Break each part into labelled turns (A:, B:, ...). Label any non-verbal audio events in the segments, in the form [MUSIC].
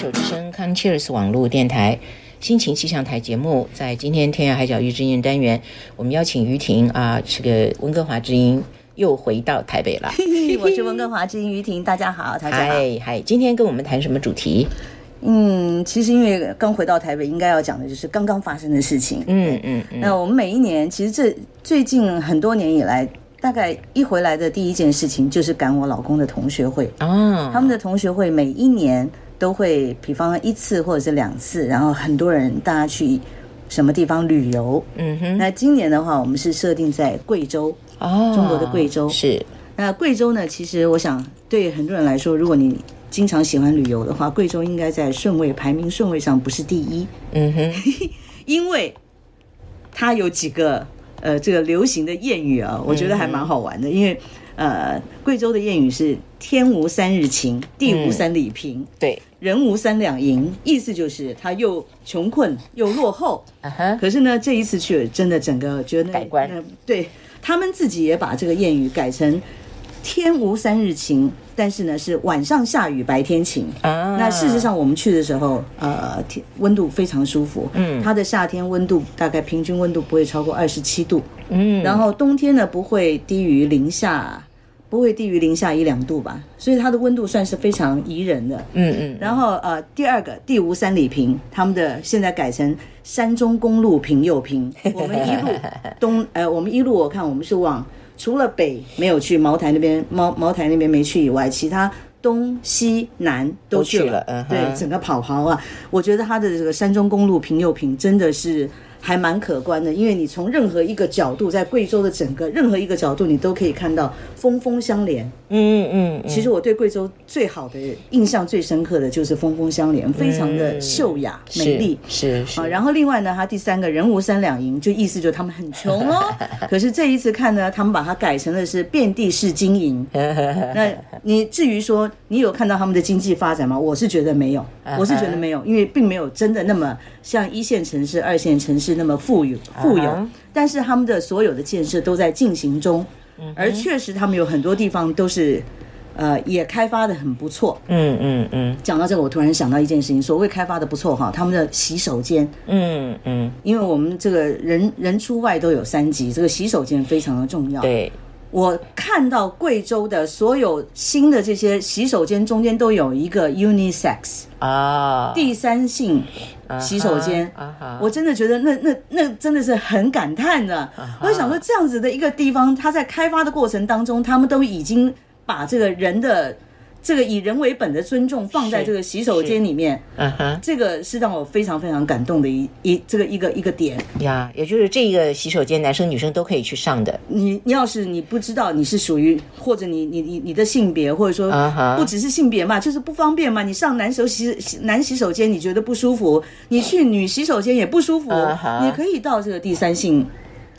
A: Come Cheers 网络电台心情气象台节目，在今天天涯海角遇知音单元，我们邀请于婷啊，这个温哥华之音又回到台北了。
B: [LAUGHS] 我是温哥华之音于婷，大家好，大家好。
A: 嗨嗨，今天跟我们谈什么主题？
B: 嗯，其实因为刚回到台北，应该要讲的就是刚刚发生的事情。
A: 嗯嗯嗯，
B: 那我们每一年，其实这最近很多年以来，大概一回来的第一件事情就是赶我老公的同学会。
A: 哦，
B: 他们的同学会每一年都会，比方一次或者是两次，然后很多人大家去什么地方旅游。
A: 嗯哼，
B: 那今年的话，我们是设定在贵州。
A: 哦，
B: 中国的贵州
A: 是
B: 那贵州呢，其实我想对很多人来说，如果你经常喜欢旅游的话，贵州应该在顺位排名顺位上不是第一，
A: 嗯哼，
B: 因为它有几个呃这个流行的谚语啊，我觉得还蛮好玩的，因为呃贵州的谚语是“天无三日晴，地无三里平，
A: 对，
B: 人无三两银”，意思就是它又穷困又落后，
A: 啊 [LAUGHS] 哈，
B: 可是呢，这一次去真的整个觉得那
A: 改观
B: 那对他们自己也把这个谚语改成“天无三日晴”，但是呢是晚上下雨，白天晴。
A: 啊，
B: 那事实上，我们去的时候，呃，天温度非常舒服。
A: 嗯
B: 它的夏天温度大概平均温度不会超过二十七度，
A: 嗯，
B: 然后冬天呢不会低于零下，不会低于零下一两度吧，所以它的温度算是非常宜人的。
A: 嗯嗯，
B: 然后呃，第二个地无三里平，他们的现在改成山中公路平又平。我们
A: [LAUGHS]
B: 一路东呃，我们一路我看我们是往除了北没有去茅台那边茅茅台那边没去以外，其他东西南都去
A: 都去
B: 了
A: 了。嗯哼
B: 对，整个跑跑啊，我觉得它的这个山中公路平又平真的是。还蛮可观的，因为你从任何一个角度，在贵州的整个任何一个角度，你都可以看到峰峰相连。
A: 嗯嗯嗯，
B: 其实我对贵州最好的印象、最深刻的就是峰峰相连，非常的秀雅、美丽。
A: 嗯是是，
B: 啊，
A: 是
B: 然后另外呢，他第三个人无三两银，就意思就是他们很穷哦。可是这一次看呢，他们把它改成的是遍地是金银。那你至于说你有看到他们的经济发展吗？我是觉得没有，我是觉得没有，因为并没有真的那么像一线城市、二线城市那么富有富
A: 啊
B: 有
A: 哈。
B: 但是他们的所有的建设都在进行中，而确实他们有很多地方都是，呃，也开发的很不错。
A: 嗯嗯嗯
B: 讲到这个，我突然想到一件事情，所谓开发的不错哈，他们的洗手间。
A: 嗯嗯，
B: 因为我们这个人人出外都有三级，这个洗手间非常的重要。
A: 对，
B: 我看到贵州的所有新的这些洗手间中间都有一个 unisex
A: 啊，
B: 第三性
A: 啊哈
B: 洗手间，
A: 啊哈，
B: 我真的觉得那那那真的是很感叹的。
A: 啊
B: 我想说，这样子的一个地方，它在开发的过程当中，他们都已经把这个人的这个以人为本的尊重放在
A: 是
B: 这个洗手间里面，
A: 嗯哼
B: 这个是让我非常非常感动的一一这个一个一个点。
A: 呀，也就是这个洗手间，男生女生都可以去上的。
B: 你你要是你不知道你是属于，或者你你你你的性别，或者说
A: 啊哈
B: 不只是性别嘛，就是不方便嘛。你上男手洗洗男洗手间你觉得不舒服，你去女洗手间也不舒服
A: 啊哈，啊
B: 你可以到这个第三性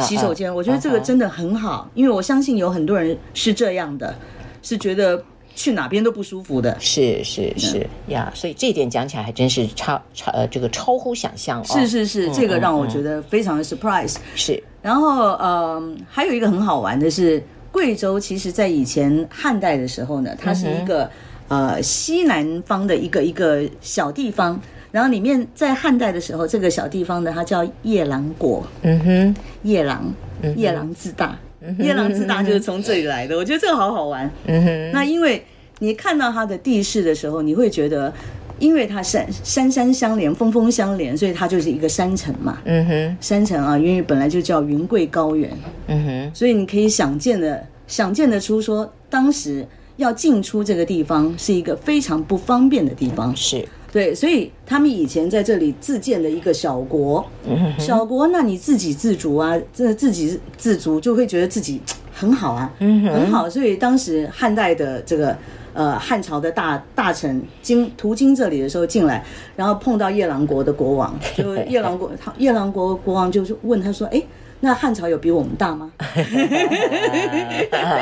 B: 洗手间。我觉得这个真的很好，因为我相信有很多人是这样的，是觉得去哪边都不舒服的。
A: 是是
B: 嗯
A: 是呀，所以这一点讲起来还真是超超呃，这个超乎想象哦。嗯
B: 是是是，这个让我觉得非常的 surprise。
A: 是，
B: 然后，呃，还有一个很好玩的是，贵州其实在以前汉代的时候呢，它是一个、呃西南方的一个一个小地方。然后里面在汉代的时候，这个小地方呢，它叫夜郎国，
A: 嗯哼，
B: 夜郎，
A: 嗯
B: 夜郎自大，夜郎自大就是从这里来的。我觉得这个好好玩。
A: 嗯哼，
B: 那因为你看到它的地势的时候，你会觉得，因为它山山山相连，峰峰相连，所以它就是一个山城嘛。
A: 嗯哼，
B: 山城啊，因为本来就叫云贵高原，
A: 嗯哼，
B: 所以你可以想见的想见得出说，当时要进出这个地方是一个非常不方便的地方。
A: 是，
B: 对，所以他们以前在这里自建的一个小国，
A: 嗯
B: 小国，那你自给自足啊，这自给自足就会觉得自己很好啊，
A: 嗯
B: 很好。所以当时汉代的这个呃汉朝的大大臣经途经这里的时候进来，然后碰到夜郎国的
A: [LAUGHS]
B: 国王，就夜郎国他夜郎国国王就是问他说，哎。那汉朝有比我们大吗？ [LAUGHS]
A: [LAUGHS]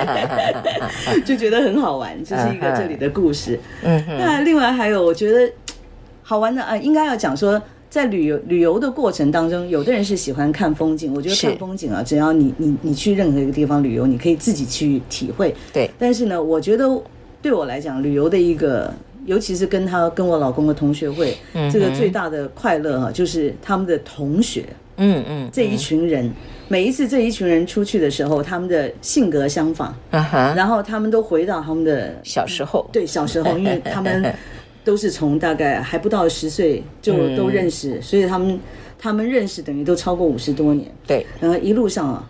B: 就觉得很好玩，这、是一个这里的故事。
A: 嗯哼，
B: 那另外还有，我觉得好玩的啊，呃应该要讲说，在旅游旅游的过程当中，有的人是喜欢看风景。我觉得
A: 是
B: 看风景啊，只要你你你去任何一个地方旅游，你可以自己去体会。
A: 对，
B: 但是呢，我觉得对我来讲，旅游的一个尤其是跟他跟我老公的同学会，这个最大的快乐哈、就是他们的同学
A: 嗯嗯，
B: 这一群人，每一次这一群人出去的时候，他们的性格相仿，
A: 啊哈，
B: 然后他们都回到他们的
A: 小时候，
B: 对，小时候，因为
A: [LAUGHS]
B: 他们都是从大概还不到十岁就
A: 嗯
B: 都认识，所以他们他们认识等于都超过五十多年，
A: 对，
B: 然后一路上啊，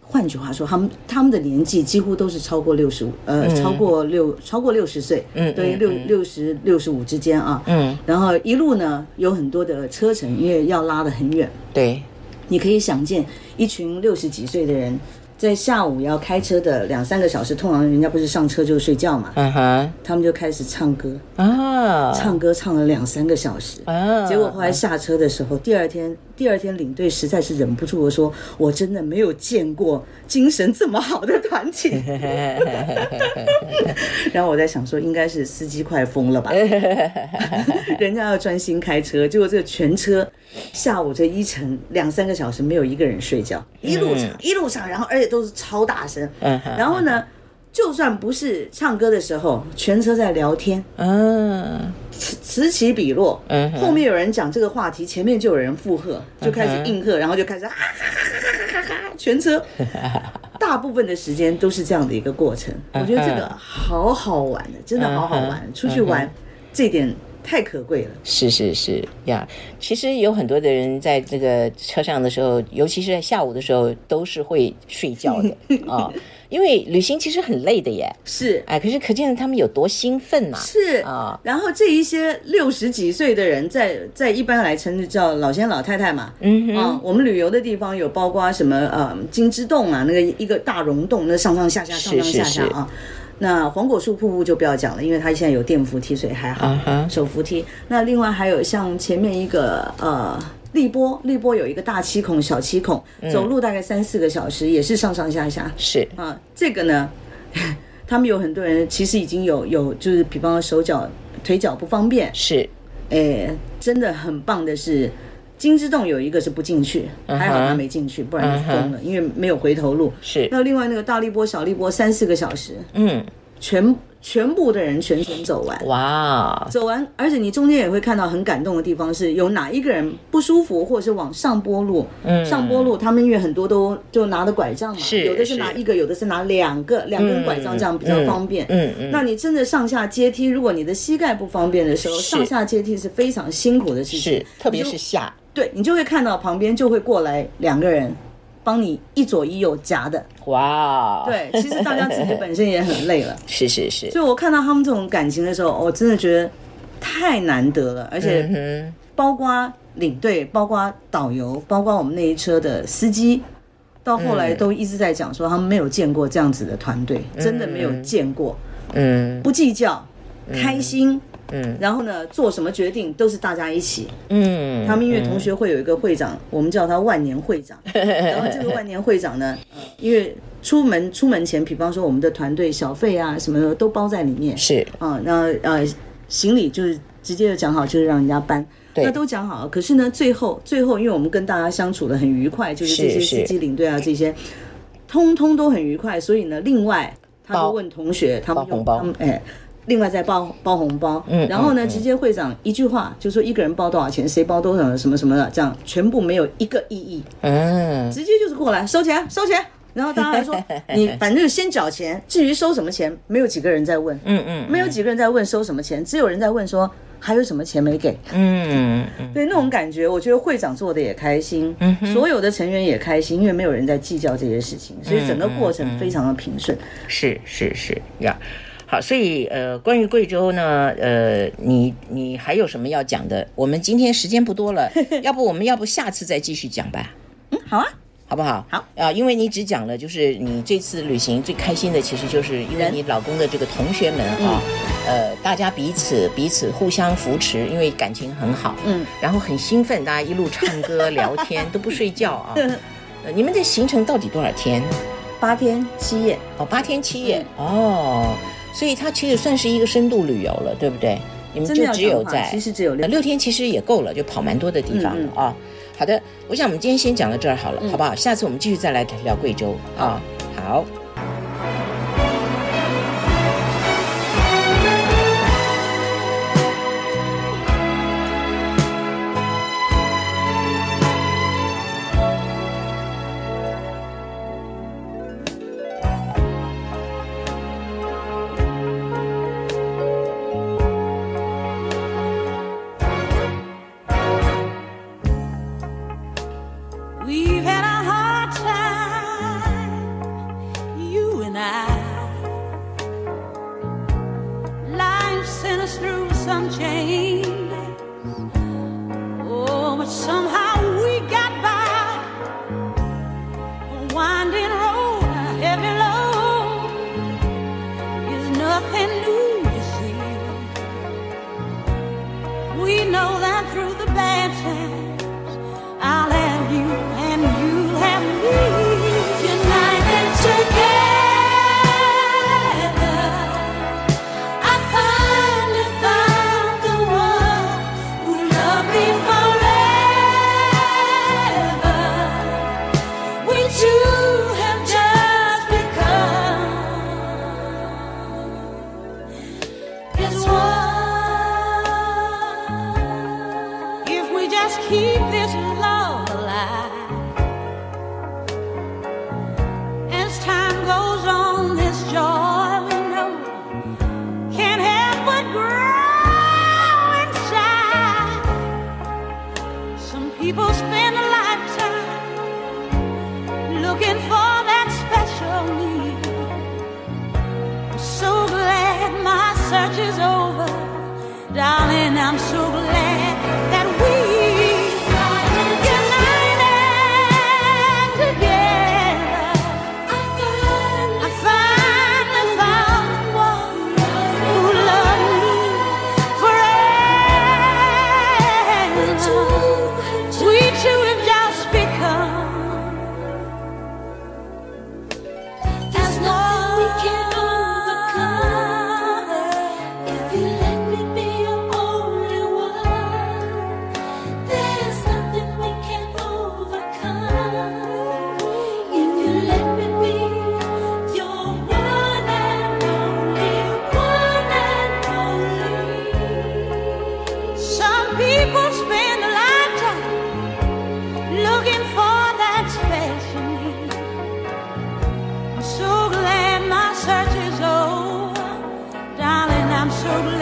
B: 换句话说，他们他们的年纪几乎都是超过六十五，呃，超过六超过六十岁，
A: 嗯
B: 对，
A: 嗯
B: 六六十六十五之间啊，
A: 嗯，
B: 然后一路呢有很多的车程，因为要拉得很远，
A: 对，
B: 你可以想见，一群六十几岁的人在下午要开车的两三个小时，通常人家不是上车就睡觉嘛，
A: 嗯哼，
B: 他们就开始唱歌，
A: 啊，
B: 唱歌唱了两三个小时，
A: 啊，
B: 结果后来下车的时候，第二天，第二天领队实在是忍不住的说：“我真的没有见过精神这么好的团体。”然后我在想说，应该是司机快疯了吧，人家要专心开车，结果这全车下午这一程两三个小时没有一个人睡觉，一路唱、一路唱，然后而且都是超大声，
A: 嗯哼
B: 然后呢，就算不是唱歌的时候，全车在聊天，
A: 嗯
B: 此此起彼落，
A: 嗯哼嗯
B: 后面有人讲这个话题，前面就有人附和，就开始应和，然后就开始啊 [LAUGHS] 哈哈哈哈哈哈，
A: [LAUGHS]
B: 全车大部分的时间都是这样的一个过程。
A: 嗯
B: 我觉得这个好好玩的，真的好好玩，出去
A: 嗯
B: 玩这点太可贵了。
A: 是是是呀其实有很多的人在这个车上的时候，尤其是在下午的时候，都是会睡觉
B: [LAUGHS]
A: 的啊、因为旅行其实很累的耶。
B: 是
A: 哎，可是可见他们有多兴奋呐、
B: 是
A: 啊
B: 然后这一些六十几岁的人在，在一般来称之叫老先老太太嘛，
A: 嗯哼，
B: 啊，我们旅游的地方有包括什么呃金之洞啊，那个一个大溶洞，那上上下下上
A: 是
B: 上下下
A: 是
B: 啊。那黄果树瀑布就不要讲了，因为它现在有电扶梯，所以还好。
A: 啊哈，
B: 手扶梯。那另外还有像前面一个呃荔波，荔波有一个大七孔、小七孔，
A: 嗯
B: 走路大概三四个小时，也是上上下下。
A: 是
B: 啊，这个呢， [LAUGHS] 他们有很多人其实已经有有就是，比方说手脚腿脚不方便，
A: 是，
B: 诶，真的很棒的是，金之洞有一个是不进去，还好他没进去，不然就疯了，因为没有回头路。
A: 是
B: 那另外那个大力波、小力波三四个小时，
A: 嗯，
B: 全全部的人全程走完。
A: 哇，
B: 走完，而且你中间也会看到很感动的地方，是有哪一个人不舒服，或者是往上坡路，
A: 嗯
B: 上坡路他们因为很多都就拿着拐杖嘛，
A: 是
B: 有的是拿一个，有的是拿两个，两根拐杖这样比较方便。
A: 嗯嗯嗯
B: 那你真的上下阶梯，如果你的膝盖不方便的时候，
A: 是
B: 上下阶梯是非常辛苦的事情，
A: 是，特别
B: 你就是
A: 下，
B: 对你就会看到旁边就会过来两个人。帮你一左一右夹的，
A: 哇，，
B: 对，其实大家自己本身也很累了，
A: 是是是，
B: 所以我看到他们这种感情的时候，哦我真的觉得太难得了，而且
A: 嗯哼，
B: 包括领队、包括导游、包括我们那一车的司机，到后
A: 嗯
B: 来都一直在讲说他们没有见过这样子的团队，真的没有见过，
A: 嗯
B: 不计较，开
A: 嗯
B: 心，然后呢，做什么决定都是大家一起。
A: 嗯，
B: 他们因为同学会有一个会长，我们叫他万年
A: [LAUGHS]
B: 会长。然后这个万年会长呢，呃因为出门出门前，比方说我们的团队小费啊什么的都包在里面，
A: 是
B: 啊，那呃，行李就是直接就讲好，就是让人家搬。
A: 对
B: 那都讲好了，可是呢，最后最后，因为我们跟大家相处的很愉快，就是
A: 是
B: 这些
A: 是
B: 司机领队啊，这些通通都很愉快，所以呢，另外他
A: 包
B: 就问同学，他们
A: 包
B: 用
A: 红包
B: 他们哎，另外再包包红包，
A: 嗯
B: 然后呢，直接会长一句话就说一个人包多少钱，谁包多少什么什么的，这样全部没有一个异议，
A: 嗯
B: 直接就是过来收钱收钱，然后大家
A: [LAUGHS]
B: 还说你反正先缴钱，至于收什么钱，没有几个人在问，
A: 嗯嗯
B: 没有几个人在问收什么钱，只有人在问说还有什么钱没给。
A: 嗯嗯
B: 对那种感觉，我觉得会长做的也开心，所有的成员也开心，因为没有人在计较这些事情，所以整个过程非常的平顺。
A: 是是是呀。好，所以呃，关于贵州呢，呃，你你还有什么要讲的？我们今天时间不多
B: [LAUGHS]
A: 了，要不我们要不下次再继续讲吧，
B: 嗯，好啊，
A: 好不好？
B: 好
A: 啊、因为你只讲了，就是你这次旅行最开心的，其实就是因为
B: 人嗯
A: 你老公的这个同学们啊、呃，大家彼此彼此互相扶持，因为感情很好，
B: 嗯，
A: 然后很兴奋，大家一路唱歌聊天都不睡觉
B: [LAUGHS]
A: 啊。
B: 嗯
A: 呃你们的行程到底多少天？
B: 八天七夜，
A: 哦，八天七夜、
B: 嗯
A: 哦，所以它其实算是一个深度旅游了，对不对？你们
B: 真
A: 嗯
B: 的
A: 就
B: 要
A: 只有
B: 讲话，
A: 在
B: 其实只有
A: 呃
B: 六。
A: 六天，其实也够了，就跑蛮多的地方了啊、好的，我想我们今天先讲到这儿好了，好不好？下次我们继续再来聊贵州啊。好。
C: some change. Oh, but somehow we got by. A winding road, a heavy load is nothing new to see. We know that through the bad times, I'll have you and you'll have me. United together. I finally found the one who loved me forever. We two have just become as one. If we just keep this love alive, as time goes on, this joy we know can't help but grow inside. Some people spend a lifetime looking for that special need. I'm so glad my search is over, darling. I'm so glad that we. are united Together, I finally found one who loved me forever. We two have just become as one we can overcome. If you let me be your only one, there's nothing we can overcome. If you let me be your one and only, one and only. Some people spend a lifetime looking for that special need. I'm so glad my search is over, darling. I'm so glad.